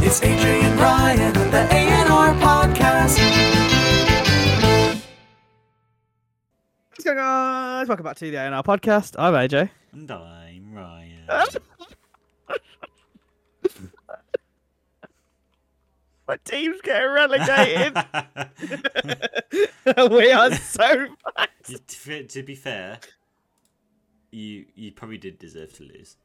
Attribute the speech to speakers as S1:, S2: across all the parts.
S1: It's AJ and Ryan on the A&R Podcast.
S2: What's going on? Welcome back to the ANR podcast. I'm AJ.
S3: And I'm Ryan.
S2: My team's getting relegated. we are so bad.
S3: You- to, to be fair, you you probably did deserve to lose.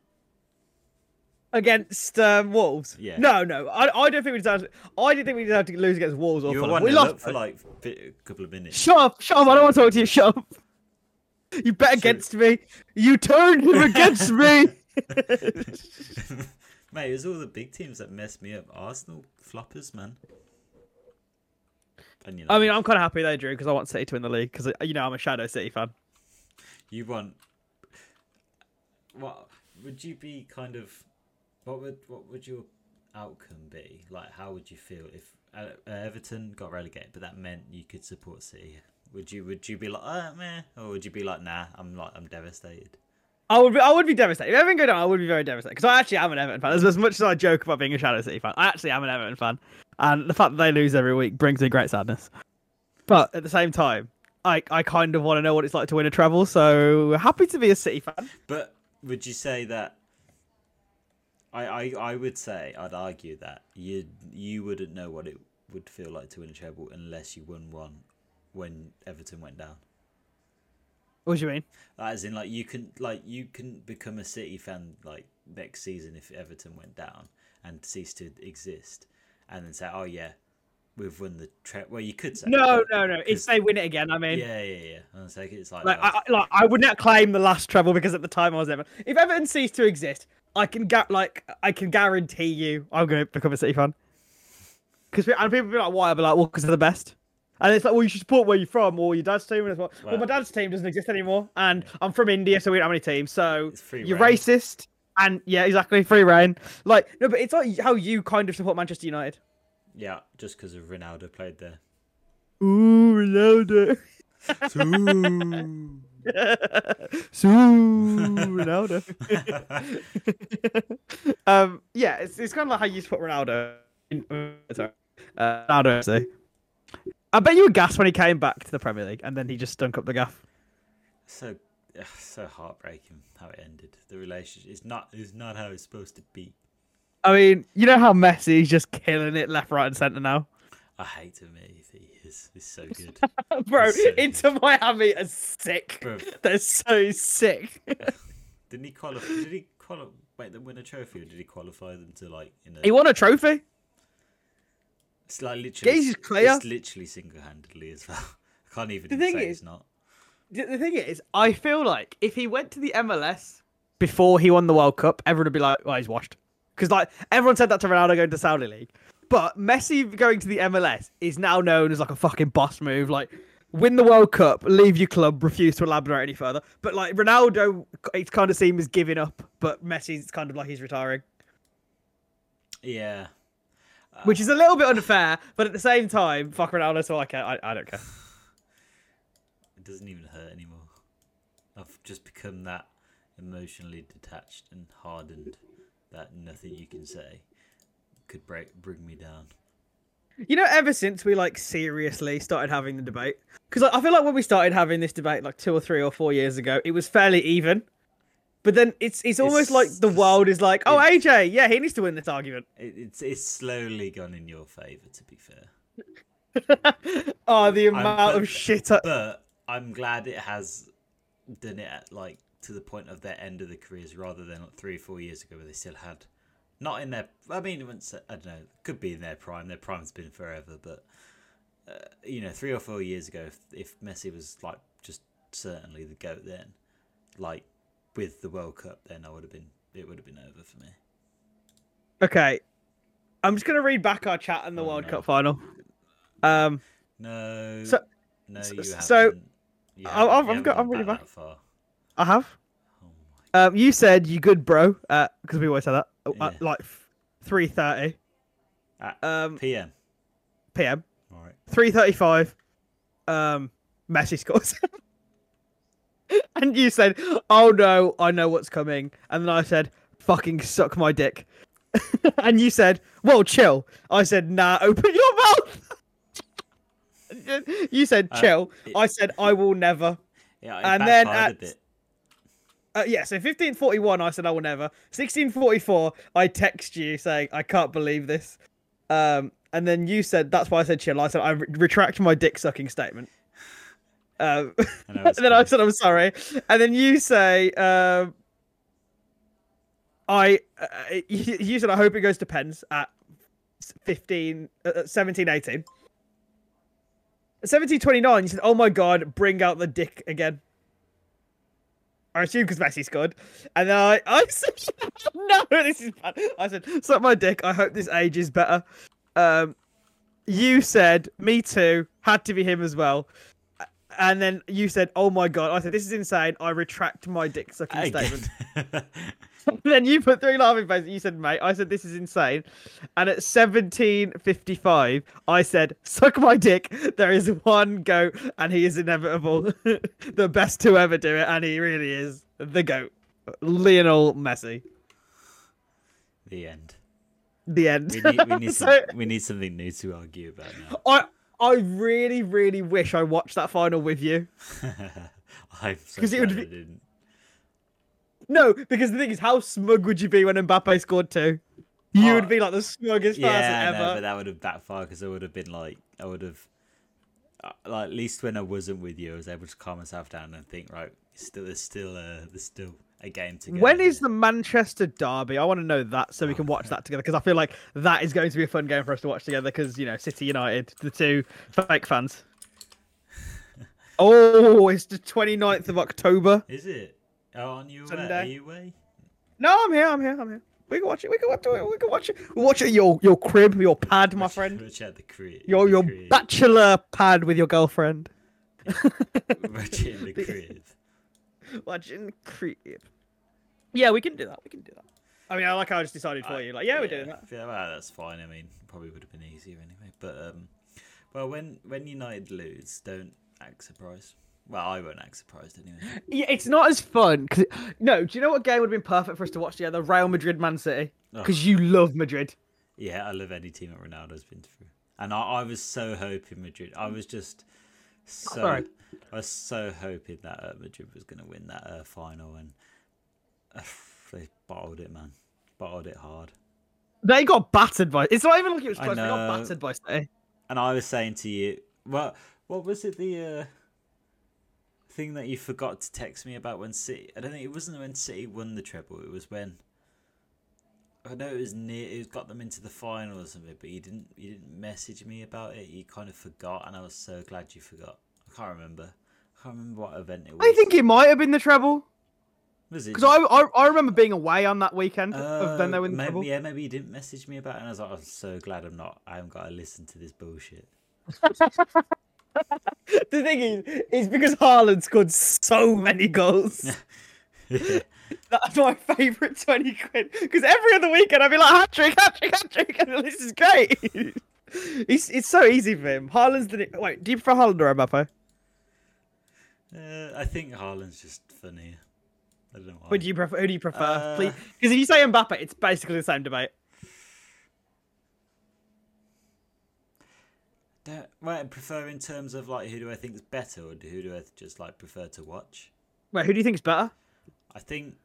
S2: against um, Wolves.
S3: Yeah.
S2: No, no. I, I don't think we deserve. I didn't think we deserved to lose against Wolves or
S3: You were
S2: Fulham.
S3: one
S2: We
S3: up
S2: lost.
S3: for like a bit- a couple of minutes.
S2: Shut up! Shut up! I don't want to talk to you. Shut up! You bet against me. You turned him against me.
S3: Mate, it was all the big teams that messed me up. Arsenal floppers, man. And you know,
S2: I mean, I'm kind of happy they drew because I want City to win the league because you know I'm a Shadow City fan.
S3: you want what? Would you be kind of what would what would your outcome be? Like, how would you feel if uh, Everton got relegated, but that meant you could support City? Would you would you be like, oh man, or would you be like, nah, I'm like I'm devastated.
S2: I would be, I would be devastated. If everything go down, I would be very devastated because I actually am an Everton fan. As, as much as I joke about being a Shadow City fan, I actually am an Everton fan, and the fact that they lose every week brings me great sadness. But at the same time, I I kind of want to know what it's like to win a treble, so happy to be a City fan.
S3: But would you say that? I, I, I would say I'd argue that you you wouldn't know what it would feel like to win a treble unless you won one when Everton went down.
S2: What do you mean?
S3: As in, like you can like you can become a City fan like next season if Everton went down and ceased to exist, and then say, oh yeah, we've won the treble. Well, you could say
S2: No,
S3: but-
S2: no, no. If
S3: 'cause-
S2: they win it again, I mean.
S3: yeah, yeah, yeah. And it's like it's like,
S2: Like
S3: oh,
S2: I, I- like I would not claim the last treble because at the time I was Everton. If Everton ceased to exist, I can gu- like I can guarantee you I'm going to become a City fan. Because and people be like, "Why?" I'll be like, "Well, because they're the best." And it's like, "Well, you should support where you're from or your dad's team." And it's like, "Well, my
S3: Well-
S2: dad's team doesn't exist anymore, and I'm from India, so we don't have any teams. So
S3: It's free
S2: you're
S3: reign.
S2: racist." And yeah, exactly, free reign. Like no, but it's like how you kind of support Manchester United.
S3: yeah, just because of Ronaldo played there.
S2: Ooh, Ronaldo. So Ronaldo. um, yeah, it's, it's kind of like how you put Ronaldo. In, uh, sorry, uh, Ronaldo. FC. I bet you were gassed when he came back to the Premier League, and then he just stunk up the gaff.
S3: so ugh, so heartbreaking how it ended. The relationship is not is not how it's supposed to be.
S2: I mean, you know how Messi is just killing it left, right, and centre now,
S3: I hate him. eh, He is he's so good.
S2: bro.
S3: That's so good.
S2: Into Miami are sick.
S3: Bro.
S2: They're so sick.
S3: Didn't he qualify? Did he qualify? Wait, them win a trophy, or did he qualify them to like in a?
S2: he won a trophy.
S3: It's like literally.
S2: Jesus, Claire.
S3: It's literally single-handedly as well. I can't even
S2: The thing
S3: say
S2: is-
S3: it's not.
S2: The the thing is, I feel like if he went to the MLS before he won the World Cup, everyone would be like, "Well, he's washed," because like everyone said that to Ronaldo going to Saudi League, but Messi going to the MLS is now known as like a fucking boss move. Like, win the World Cup, leave your club, refuse to elaborate any further. But like Ronaldo, it's kind of seen as giving up, but Messi's kind of like he's retiring,
S3: Yeah,
S2: which is a little bit unfair. But at the same time, fuck Ronaldo, so I care. I, I don't care.
S3: it doesn't even hurt anymore. I've just become that emotionally detached and hardened that nothing you can say could break bring me down.
S2: You know, ever since we like seriously started having the debate, because like, I feel like when we started having this debate like two or three or four years ago, it was fairly even. But then it's it's almost like the
S3: It's-
S2: world is like, oh AJ, yeah, he needs to win this argument.
S3: It, it's it's slowly gone in your favour, to be fair.
S2: Oh, the
S3: I'm-
S2: amount of
S3: but-
S2: shit. I...
S3: But I'm glad it has done it at, like to the point of their end of the careers, rather than like, three or four years ago where they still had not in their. I mean, it wouldn't say- I don't know. Could be in their prime. Their prime's been forever, but uh, you know, three or four years ago, if, if Messi was like just certainly the goat, then like with the World Cup, then I would have been. It would have been over for me.
S2: Okay, I'm just gonna read back our chat in the
S3: Oh,
S2: World
S3: no.
S2: Cup final. Um,
S3: No.
S2: So-
S3: no,
S2: so-
S3: you haven't.
S2: so-
S3: you
S2: I've- I've
S3: you haven't
S2: got-
S3: gone
S2: I'm really
S3: back
S2: back.
S3: that far.
S2: I have.
S3: Oh my
S2: Um, you said you good, bro, because we always say that uh, at
S3: Yeah. Ah.
S2: like three thirty
S3: At
S2: um,
S3: PM.
S2: p.m.
S3: All right.
S2: three thirty-five. Um, Messi scores, and you said, "Oh no, I know what's coming," and then I said, "Fucking suck my dick," and you said, "Well, chill." I said, "Nah, open your mouth." you said,
S3: Uh,
S2: "Chill."
S3: it-
S2: I said, "I will never."
S3: Yeah, it
S2: And then
S3: backfired a
S2: at-
S3: bit.
S2: Uh, yeah, so 1541, I said I will never. 1644, I text you saying, I can't believe this. Um, and then you said, that's why I said chill. I said, I re- retract my dick sucking statement. Um,
S3: And I
S2: and
S3: was
S2: then I
S3: pissed.
S2: said, I'm sorry. And then you say, um, I, uh, you, you said, I hope it goes to pens at 15, uh, 17, 18. 1729, you said, oh my god, bring out the dick again. I assume because Messi scored. And then I, I said, no, this is bad. I said, suck my dick. I hope this age is better. Um, you said, me too. Had to be him as well. A- And then you said, oh my God. I said, this is insane. I retract my dick sucking statement.
S3: Again.
S2: then you put three laughing faces. You said, mate. I said, this is insane. And at 17.55, I said, suck my dick. There is one goat and he is inevitable. the best to ever do it. And he really is the goat. Lionel Messi.
S3: the end.
S2: The end.
S3: We need, we, need
S2: So-
S3: some, we need something new to argue about now.
S2: I I really, really wish I watched that final with you.
S3: I'm so
S2: 'Cause it
S3: glad it
S2: would
S3: would
S2: be-
S3: I didn't.
S2: No, because the thing is, how smug would you be when Mbappe scored two? You
S3: Oh,
S2: would be like the smuggest person
S3: Yeah, I know,
S2: ever.
S3: but that would have backfired because I would have been like, I would have, uh, like, at least when I wasn't with you, I was able to calm myself down and think, right, still, there's still, uh, there's still a game to go.
S2: When
S3: here.
S2: is the Manchester derby? I want to know that so we can watch that together because I feel like that is going to be a fun game for us to watch together because you know City United, the two fake fans. Oh, it's the 29th of October.
S3: Is it? Oh, on you away? Are
S2: Sunday.
S3: you away?
S2: No, I'm here. I'm here. I'm here. We can watch it. We can watch it. We can watch it. We'll watch it. at Your your crib, your pad, my friend.
S3: Which had the crib.
S2: your
S3: the
S2: your
S3: crib.
S2: bachelor pad with your girlfriend
S3: Which in the crib.
S2: watching creep. Yeah, we can do that. We can do that. I mean, I like how I just decided for you. Like, yeah, we're doing that.
S3: Yeah, well, that's fine. I mean, probably would have been easier anyway. But um, well, when when United lose, don't act surprised. Well, I won't act surprised anyway.
S2: Yeah, it's not as fun because no. Do you know what game would have been perfect for us to watch together? Real Madrid, Man City, because you love Madrid.
S3: Yeah, I love any team that Ronaldo's been through, and I, I was so hoping Madrid. I was just so
S2: sorry.
S3: I was so hoping that uh, Madrid was going to win that uh, final, and uh, they bottled it, man. Bottled it hard.
S2: They got battered by. It's not even like it was
S3: I
S2: close. They got
S3: know.
S2: battered by City.
S3: And I was saying to you, well, what was it the uh, thing that you forgot to text me about when City? I don't think it wasn't when City won the treble. It was when I know it was near. It got them into the final or something. But you didn't. You didn't message me about it. You kind of forgot, and I was so glad you forgot. I can't remember. I can't remember what event it was.
S2: I think it might have been the treble
S3: was it
S2: because I, I I remember being away on that weekend of when they
S3: Oh,
S2: were in the
S3: maybe,
S2: treble.
S3: Yeah, maybe you didn't message me about it. And I was like, I'm so glad I'm not. I haven't got to listen to this bullshit.
S2: the thing is, is because Haaland scored so many goals. That's my favourite 20 quid. Because every other weekend I'd be like, hat trick, hat trick, hat trick. And this is great. it's, it's so easy for him. Haaland's the. Wait, do you prefer Haaland or Mbappe?
S3: Uh, I think Haaland's just funnier. I don't know why.
S2: Would you prefer, who do you prefer?
S3: Uh,
S2: Please, Because if you say Mbappe, it's basically the same debate.
S3: Don't, well, I prefer in terms of like who do I think is better or who do I just like prefer to watch?
S2: Wait, who do you think is better?
S3: I think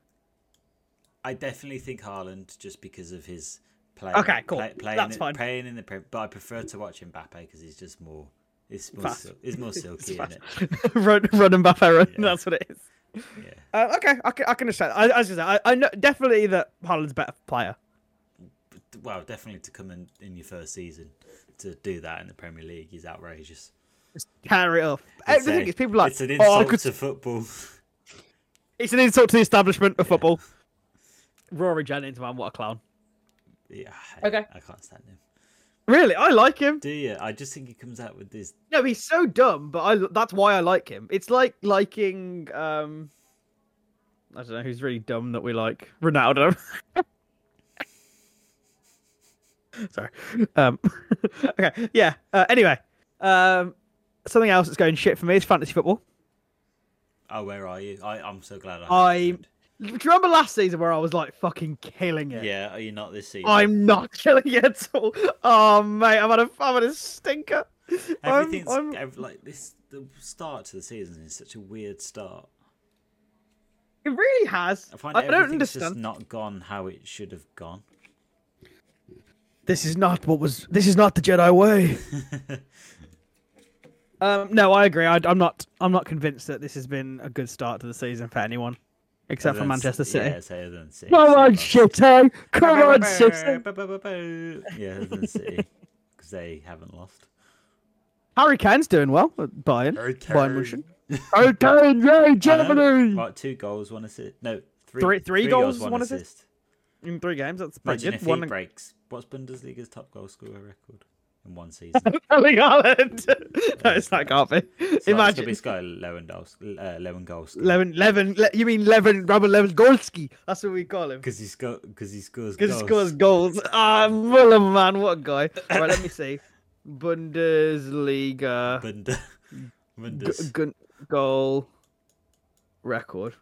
S3: I definitely think Haaland just because of his play.
S2: Okay, cool.
S3: Play, playing
S2: That's
S3: in-
S2: fine.
S3: Playing in the Prem, but I prefer to watch Mbappe because he's just more. It's more.
S2: Fast.
S3: Sil- it's more silky, isn't it?
S2: run, run Mbappe, run. That's what it is.
S3: Yeah.
S2: Uh, okay, I can, I can understand. I, I was just I, I know definitely that Haaland's a better player.
S3: Well, definitely to come in in your first season to do that in the Premier League is outrageous.
S2: Carry it off.
S3: It's
S2: Everything
S3: a-
S2: is people like
S3: it's an
S2: oh, I
S3: insult
S2: could
S3: to football.
S2: It's an insult to the establishment of football. Rory Jennings, man, what a clown.
S3: yeah, I-
S2: Okay.
S3: I can't stand him.
S2: Really, I like him.
S3: Do you? I just think he comes out with this.
S2: No, he's so dumb, but I that's why I like him. It's like liking um I don't know who's really dumb that we like. Ronaldo. Sorry. Um okay, yeah. Uh, anyway, um something else that's going shit for me is fantasy football.
S3: Oh, where are you? I, I'm so glad I.
S2: I'm Do you remember last season where I was like fucking killing it?
S3: Yeah, are you not this season?
S2: I'm not killing it at all. Oh mate, I'm at a I'm at a stinker. I'm-
S3: Everything's
S2: I'm-
S3: ev- like this. The start to the season is such a weird start.
S2: It really has.
S3: I
S2: I,
S3: find
S2: don't
S3: everything's
S2: understand.
S3: just not gone how it should have gone.
S2: This is not what was. This is not the Jedi way. um, no, I agree. I, I'm not. I'm not convinced that this has been a good start to the season for anyone, except for
S3: Other than-
S2: Manchester City.
S3: Yeah, say other than City.
S2: Come on,
S3: City.
S2: City! Come on, City!
S3: Yeah, other than City, because they haven't lost.
S2: Harry Kane's doing well at Bayern.
S3: Okay.
S2: Bayern Munchen. Okay, yay, Germany!
S3: Right, two goals, one assist. No, three,
S2: Three- three goals,
S3: one,
S2: one
S3: assist.
S2: In three games, that's pretty
S3: Imagine
S2: good.
S3: if
S2: One
S3: he
S2: in-
S3: breaks. What's Bundesliga's top goal scorer record in one season?
S2: Erling Haaland. no, it's not can't be.
S3: So that's gonna
S2: Imagine.
S3: be Sky Lewandowski. Uh, Lewandowski.
S2: Levin, Levin, Le- you mean Levin, Robert Lewandowski? That's what we call him.
S3: Because he, sco- 'cause he scores
S2: Because
S3: goals.
S2: he scores goals. Ah, Muller, man, what a guy. All right, let me see. Bundesliga
S3: Bund-
S2: g-
S3: Bundes.
S2: gun- goal record.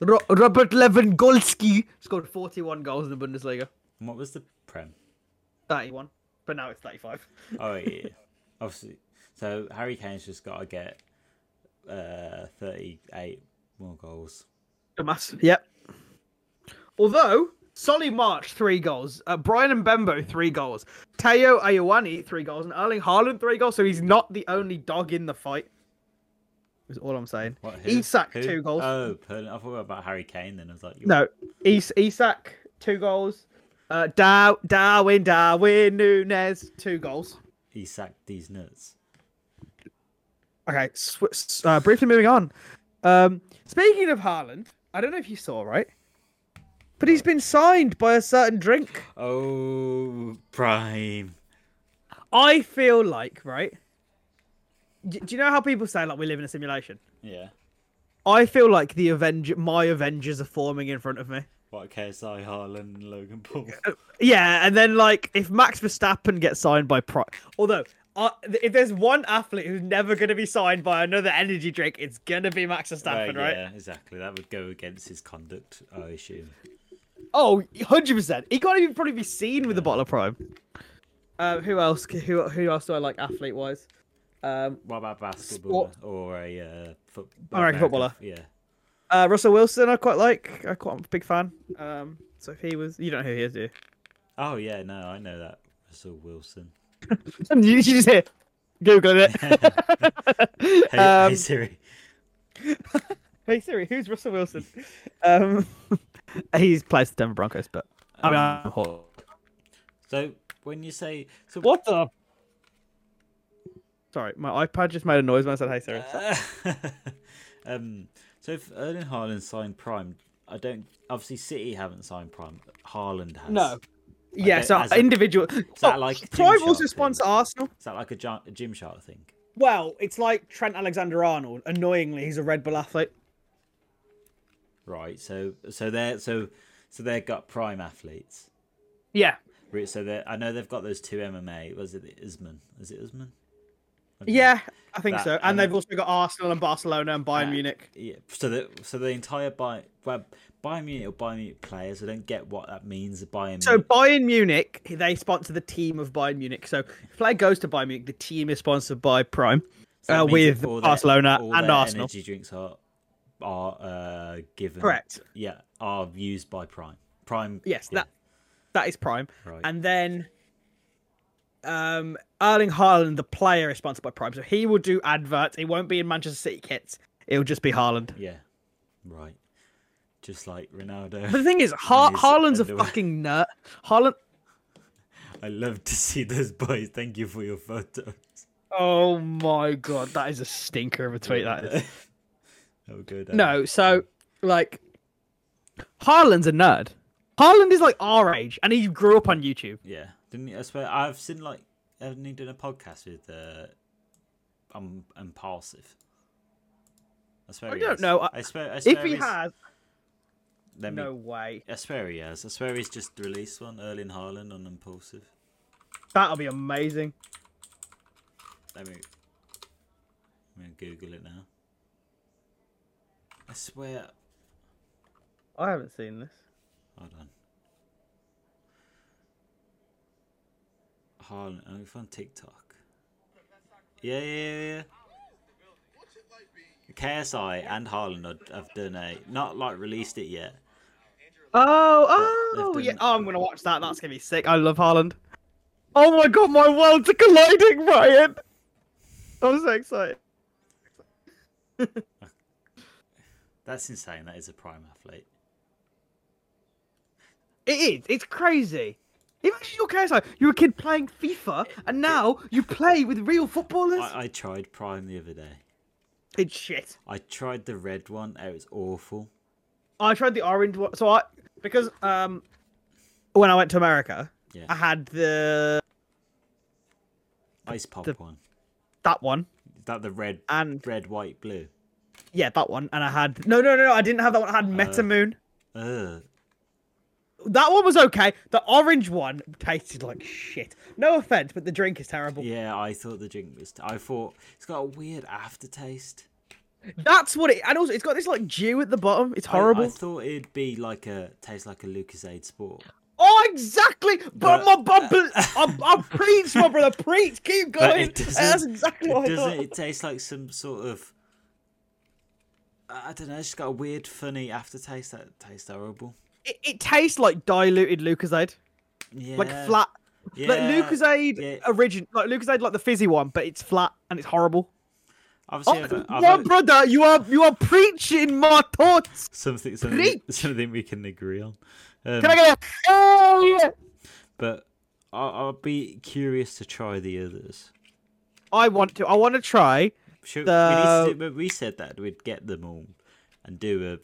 S2: Ro- Robert Lewandowski scored 41 goals in the Bundesliga.
S3: And what was the Prem?
S2: 31. But now it's 35.
S3: Oh, yeah. Obviously. So Harry Kane's just got to get uh, 38 more goals.
S2: The mass. Yep. Although, Solly March, three goals. Uh, Brian and Bembo, three goals. Teo Ayawani, three goals. And Erling Haaland, three goals. So he's not the only dog in the fight. Is all I'm saying.
S3: What, who?
S2: Isak,
S3: Who?
S2: two goals.
S3: Oh, pardon, I thought about Harry Kane then. I was like, you-
S2: no. Is- Isak, two goals. Uh, Dar- Darwin, Darwin Nunez, two goals.
S3: He sacked these nuts.
S2: Okay, sw- s- uh, briefly moving on. Um, speaking of Haaland, I don't know if you saw, right? But he's been signed by a certain drink.
S3: Oh, Prime.
S2: I feel like, right? Do, do you know how people say like we live in a simulation?
S3: Yeah.
S2: I feel like the Avenger, my Avengers are forming in front of me.
S3: What KSI, Haaland, and Logan Paul.
S2: Yeah, and then like if Max Verstappen gets signed by Pro, although uh, th- if there's one athlete who's never going to be signed by another energy drink, it's gonna be Max
S3: Uh,
S2: Verstappen, right?
S3: Yeah, exactly. That would go againstis conduct, I assume.
S2: Oh, 100 percent. He can't even probably be seen with the bottle of Prime. Um, who else? Who who else do I like athlete wise? Um,
S3: What about basketball or a uh, foot-
S2: American footballer.
S3: Yeah.
S2: Uh, Russell Wilson, I quite like. I quite, I'm a big fan. Um, so if he was, you don't know who he is, do you?
S3: Oh yeah, no, I know that Russell Wilson.
S2: you you just hear googling it.
S3: Hey, hey
S2: um,
S3: Siri.
S2: hey Siri, who's Russell Wilson? Um, he plays the Denver Broncos, but I mean, I'm hot.
S3: So when you say so
S2: What the? Sorry, my iPad just made a noise when I said "Hey Siri."
S3: Uh, um, so if Erling Haaland signed Prime, I don't. Obviously, City haven't signed Prime. but Haaland has.
S2: No. yeah,
S3: okay,
S2: so
S3: as a-
S2: individual.
S3: that
S2: Oh,
S3: like
S2: Prime
S3: Gymshark
S2: also
S3: thing?
S2: sponsor Arsenal.
S3: Is that like a, Gi- a Gymshark thing?
S2: Well, it's like Trent Alexander-Arnold. Annoyingly, he's a Red Bull athlete.
S3: Right. So so they're so so they've got Prime athletes.
S2: Yeah,
S3: Right, So they I know they've got those two MMA. Was it the Isman? Is it Isman? Okay.
S2: Yeah, I think
S3: That-
S2: so. And,
S3: and-
S2: they've also got Arsenal and Barcelona and Bayern
S3: Uh,
S2: Munich.
S3: Yeah. So the so the entire Bayern well, Bayern Munich or Bayern Munich players. I don't get what that means. Bayern.
S2: So
S3: Munich.
S2: Bayern Munich, they sponsor the team of Bayern Munich. So if Flag goes to Bayern Munich, the team is sponsored by Prime
S3: So that
S2: uh,
S3: means
S2: with
S3: all their-
S2: Barcelona
S3: all
S2: and
S3: their
S2: Arsenal.
S3: Energy drinks are are uh, given.
S2: Correct.
S3: Yeah, are used by Prime. Prime.
S2: Yes,
S3: yeah,
S2: that that is Prime.
S3: Right.
S2: And then um Erling Haaland, the player, is sponsored by Prime. So he will do adverts. It won't be in Manchester City kits. It'll just be Haaland.
S3: Yeah. Right. Just like
S2: But the
S3: Ronaldo.
S2: thing is, ha-
S3: his
S2: Haaland's a
S3: underwear.
S2: fucking nut. Haaland.
S3: I love to see those boys. Thank you for your photo.
S2: Oh my god, that is a stinker of a tweet. That is.
S3: Oh, good.
S2: No, so like Haaland's a nerd. Haaland is like our age and he grew up on YouTube.
S3: Yeah, didn't he? I swear I've seen like haven't he done a podcast with uh, um impulsive. I swear.
S2: I
S3: he
S2: don't
S3: has.
S2: know, I-
S3: I swear. I swear
S2: If he
S3: he's-
S2: has,
S3: let me-
S2: no way.
S3: I swear he has. I swear he's just released one. Erling Haaland on impulsive.
S2: That'll be amazing.
S3: Let me. I'm gonna Google it now. I swear.
S2: I haven't seen this.
S3: Hold on. Hold on. If on TikTok. Yeah, yeah, yeah. yeah. KSI and Harlan are- have done a not like released it yet.
S2: Oh,
S3: they've
S2: oh,
S3: done-
S2: yeah. Oh, I'm gonna watch that. That's gonna be sick. I love Haaland. Oh my god, my worlds are colliding, Ryan. I'm so excited.
S3: That's insane. That is a prime athlete.
S2: It is. It's crazy. Imagine your KSI. You're a kid playing FIFA, and now you play with real footballers.
S3: I, I tried prime the other day.
S2: It's shit.
S3: I tried the red one. It was awful.
S2: I tried the orange one. So I because um when I went to America,
S3: Yeah.
S2: I had the
S3: Ice pop
S2: the-
S3: one.
S2: that one
S3: Is that the red,
S2: and
S3: red, white, blue?
S2: yeah that one, and I had no no no no I didn't have that one. I
S3: Uh.
S2: had Metamoon.
S3: Ugh.
S2: That one was okay. The orange one tasted like shit. No offense, but the drink is terrible.
S3: Yeah, I thought the drink was. T- I thought it's got a weird aftertaste.
S2: That's what it. And also, it's got this like dew at the bottom. It's
S3: I-
S2: horrible.
S3: I, thought it'd be like a taste like a Lucasade Sport.
S2: Oh, exactly. But my
S3: But-
S2: bubble. I, I preach, my brother. Preach. Keep
S3: But
S2: going.
S3: it doesn't.
S2: That's exactly
S3: it
S2: what I
S3: doesn't.
S2: thought.
S3: It tastes like some sort of. I don't know. It's just got a weird, funny aftertaste that tastes horrible.
S2: It, it tastes like diluted Lucasade,
S3: Yeah.
S2: like flat. Like
S3: yeah,
S2: Lucasade
S3: yeah.
S2: origin, like Lucasade, like the fizzy one, but it's flat and it's horrible.
S3: Obviously, I've,
S2: Oh,
S3: I've,
S2: my brother, you are you are preaching my thoughts.
S3: something, something, something we can agree on. Um,
S2: Can I get a hell yeah?
S3: But I'll, I'll be curious to try the others.
S2: I want to. I want to try.
S3: Should, we,
S2: The-
S3: need to do, but we said that we'd get them all and do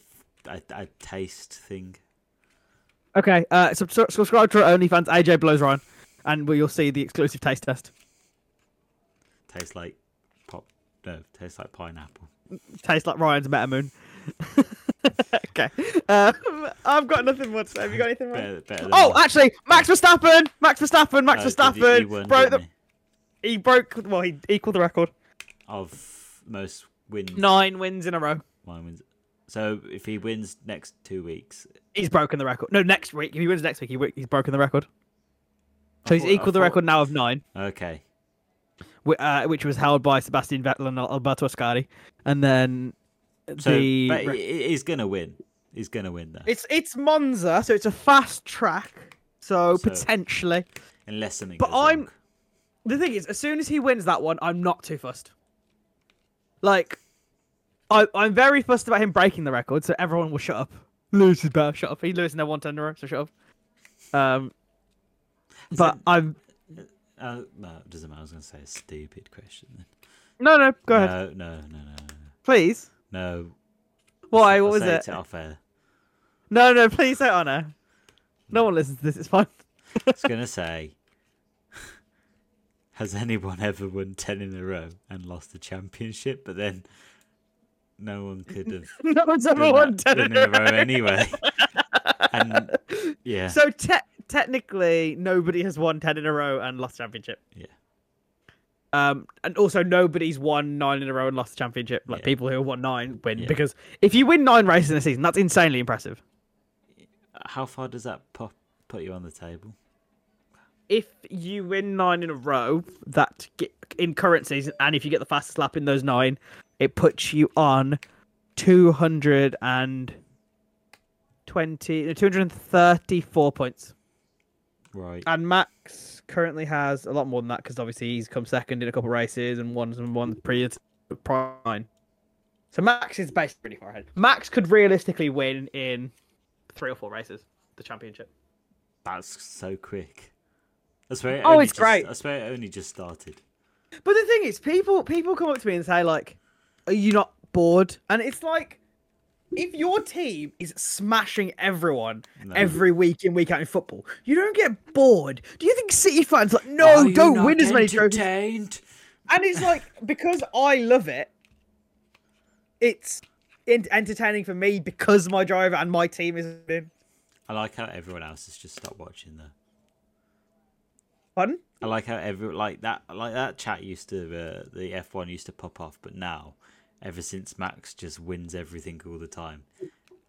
S3: a, a, a taste thing.
S2: Okay, uh, sub- sub- subscribe to our OnlyFans, AJ Blows Ryan, and we- you'll see the exclusive taste test.
S3: Tastes like pop. No, tastes like pineapple.
S2: Tastes like Ryan's Metamoon. okay, um, I've got nothing more to say. Have you got anything, Ryan?
S3: Better, better than
S2: Oh,
S3: mine.
S2: actually, Max Verstappen, Max Verstappen, Max
S3: No, 'cause he- he
S2: Verstappen
S3: won,
S2: broke the.
S3: didn't he?
S2: He broke. Well, he equalled the record.
S3: of most wins.
S2: Nine wins in a row.
S3: Mine wins. So if he wins next two weeks,
S2: He's broken the record. No, next week. If he wins next week, he, wi- he's broken the record. So he's
S3: thought- I
S2: equalled the
S3: thought-
S2: record now of nine,
S3: okay.
S2: whi- uh, which was held by Sebastian Vettel and Al- Alberto Ascari, and then
S3: So
S2: the
S3: but
S2: re-
S3: he- he's gonna win. He's gonna win though,
S2: It's it's Monza, so it's a fast track. So,
S3: So-
S2: potentially,
S3: unless something.
S2: but
S3: goes wrong.
S2: I'm- the thing is, as soon as he wins that one, I'm not too fussed. Like, I I'm very fussed about him breaking the record, so everyone will shut up. Lewis is better. Shut up. He Lewis in their one ten in a row, so shut up. Um, but
S3: it-
S2: I'm
S3: Uh, no, it doesn't matter. I was gonna say a stupid question. Then.
S2: no no. Go ahead,
S3: No, no, no, no,
S2: please.
S3: no. no.
S2: Why?
S3: I'll
S2: What was
S3: say
S2: it?
S3: to off air.
S2: No no. Please say honor. No one listens to this. It's fine.
S3: I was gonna say. Has anyone ever won ten in a row and lost the championship? But then, no one could have
S2: no one's ever
S3: done
S2: won
S3: that-
S2: ten
S3: done
S2: in a row.
S3: row anyway. and yeah,
S2: So te- technically, nobody has won ten in a row and lost championship.
S3: yeah,
S2: Um, and also nobody's won nine in a row and lost the championship. Like
S3: Yeah.
S2: people who won nine win
S3: Yeah.
S2: because if you win nine races in a season, that's insanely impressive.
S3: how far does that pop, put you on the table?
S2: If you win nine in a row, that ge- in current season, and if you get the fastest lap in those nine, it puts you on 220, 234 points.
S3: Right.
S2: And Max currently has a lot more than that because obviously he's come second in a couple of races and won some one previous prime. So Max is based pretty far ahead. Max could realistically win in three or four races the championship.
S3: That's so quick. I swear. it
S2: Oh,
S3: only
S2: it's
S3: just-
S2: great.
S3: I swear it only just started.
S2: But the thing is, people people come up to me and say like, "Are you not bored?" And it's like, if your team is smashing everyone
S3: No.
S2: every week in week out in football, you don't get bored. Do you think City fans like, no, Oh, don't win as many trophies? and it's like because I love it, it's in- entertaining for me because my driver and my team is in.
S3: I like how everyone else has just stopped watching though.
S2: Pardon?
S3: I like how every like that like that chat used to uh, the F one used to pop off, but now ever since Max just wins everything all the time.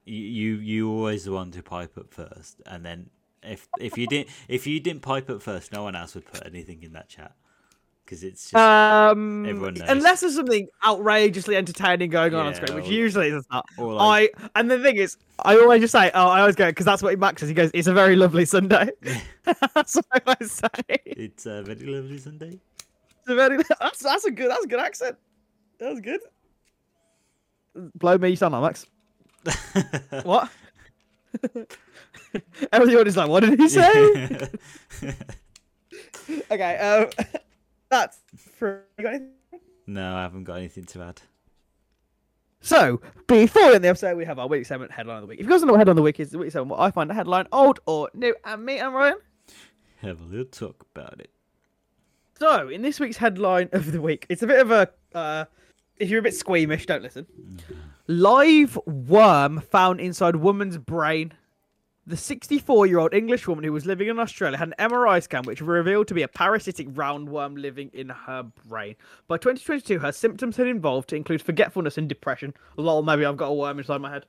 S3: You you, you always the one to pipe up first, and then if if you didn't if you didn't pipe up first, no one else would put anything in that chat because it's just
S2: Um,
S3: Everyone knows.
S2: unless there's something outrageously entertaining going on on
S3: Yeah,
S2: screen, which
S3: or-
S2: usually is not. I
S3: or like-
S2: and the thing is, I always just say, "Oh, I always go," because that's what Max says. He goes, "It's a very lovely Sunday." that's what I always say. It's
S3: it's a very lovely Sunday.
S2: a very that's that's a good that's a good accent. That was good. Blow me, you sound like Max. What? Everyone is like, "What did he say?" okay, um, that's for you got anything?
S3: no, I haven't got anything to add.
S2: So, before in the episode, we have our weekly segment, Headline of the Week. If you guys don't know what Headline of the Week is, the weekly segment, where I find a headline, old or new, and me, I'm Ryan.
S3: Have a little talk about it.
S2: So, in this week's Headline of the Week, it's a bit of a, uh, if you're a bit squeamish, don't listen. Live worm found inside woman's brain. The 64-year-old English woman who was living in Australia had an MRI scan which revealed to be a parasitic roundworm living in her brain. By 2022, her symptoms had evolved to include forgetfulness and depression. Lol, maybe I've got a worm inside my head.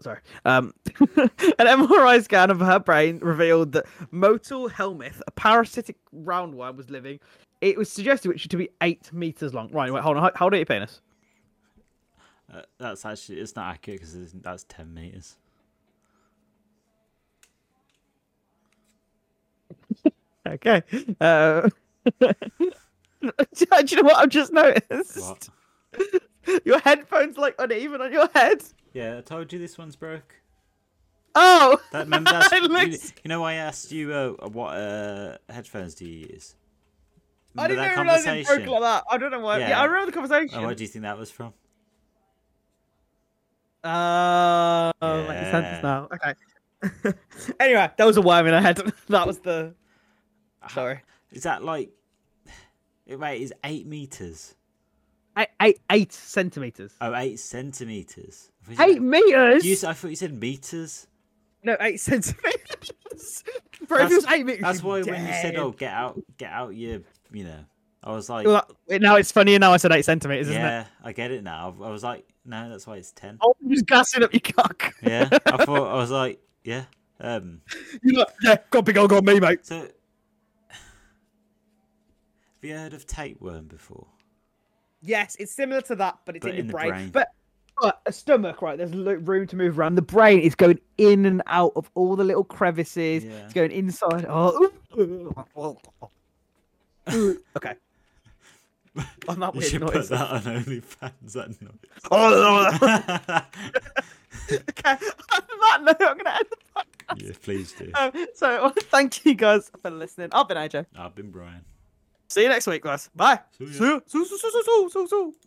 S2: Sorry. Um, an MRI scan of her brain revealed that Motul helminth, a parasitic roundworm, was living. It was suggested which to be eight meters long. Right, wait, hold on. How, how old are your penis?
S3: Uh, that's actually it's not accurate because that's ten meters.
S2: Okay. Uh, do you know what I've just noticed?
S3: What?
S2: Your headphones like uneven on your head.
S3: Yeah, I told you this one's broke.
S2: Oh,
S3: That, remember that's,
S2: It
S3: you,
S2: looks-
S3: you know I asked you uh, what uh, headphones do you use?
S2: I
S3: Remember
S2: didn't
S3: that
S2: even realize it broke
S3: conversation?
S2: like that. I don't know why. Yeah,
S3: Yeah.
S2: I remember the conversation.
S3: Oh, where do you think that was from?
S2: Oh, makes
S3: Yeah.
S2: sense now. Okay. anyway, that was a worm in her head. that was the.
S3: Ah.
S2: Sorry.
S3: Is that like it mate is eight meters?
S2: Eight, eight, eight centimeters.
S3: Oh, eight centimeters. I thought you said-
S2: Eight meters.
S3: You, s- I thought you said meters.
S2: No, eight centimeters. Bro, if it was eight meters.
S3: That's
S2: you'd
S3: why
S2: be
S3: when you said,
S2: dead.
S3: "Oh, get out, get out," your, you know, I was like,
S2: Well, that- now it's funnier now I said eight centimeters, isn't it?
S3: oh, "Yeah, I get it now." I was like, "No, that's why it's 10.
S2: Oh, I'm just gassing up your cock.
S3: Yeah, I thought I was like, "Yeah." Um,
S2: You're like, yeah, got big old got me, mate.
S3: so have you heard of tapeworm before?
S2: Yes, it's similar to that, but it's
S3: But
S2: in,
S3: in the
S2: your brain.
S3: brain.
S2: But, but a stomach, right? There's lo- room to move around. The brain is going in and out of all the little crevices.
S3: Yeah.
S2: It's going inside. Oh, okay. On that
S3: You
S2: weird
S3: should
S2: noise.
S3: put that on OnlyFans. That noise.
S2: Oh, okay. On that note, I'm gonna end the podcast.
S3: yeah, please do.
S2: Um, so, thank you guys for listening. I've been AJ.
S3: I've been Brian.
S2: See you next week, guys. Bye.
S3: See ya.
S2: See ya. See ya. See ya. See ya. See ya. See ya.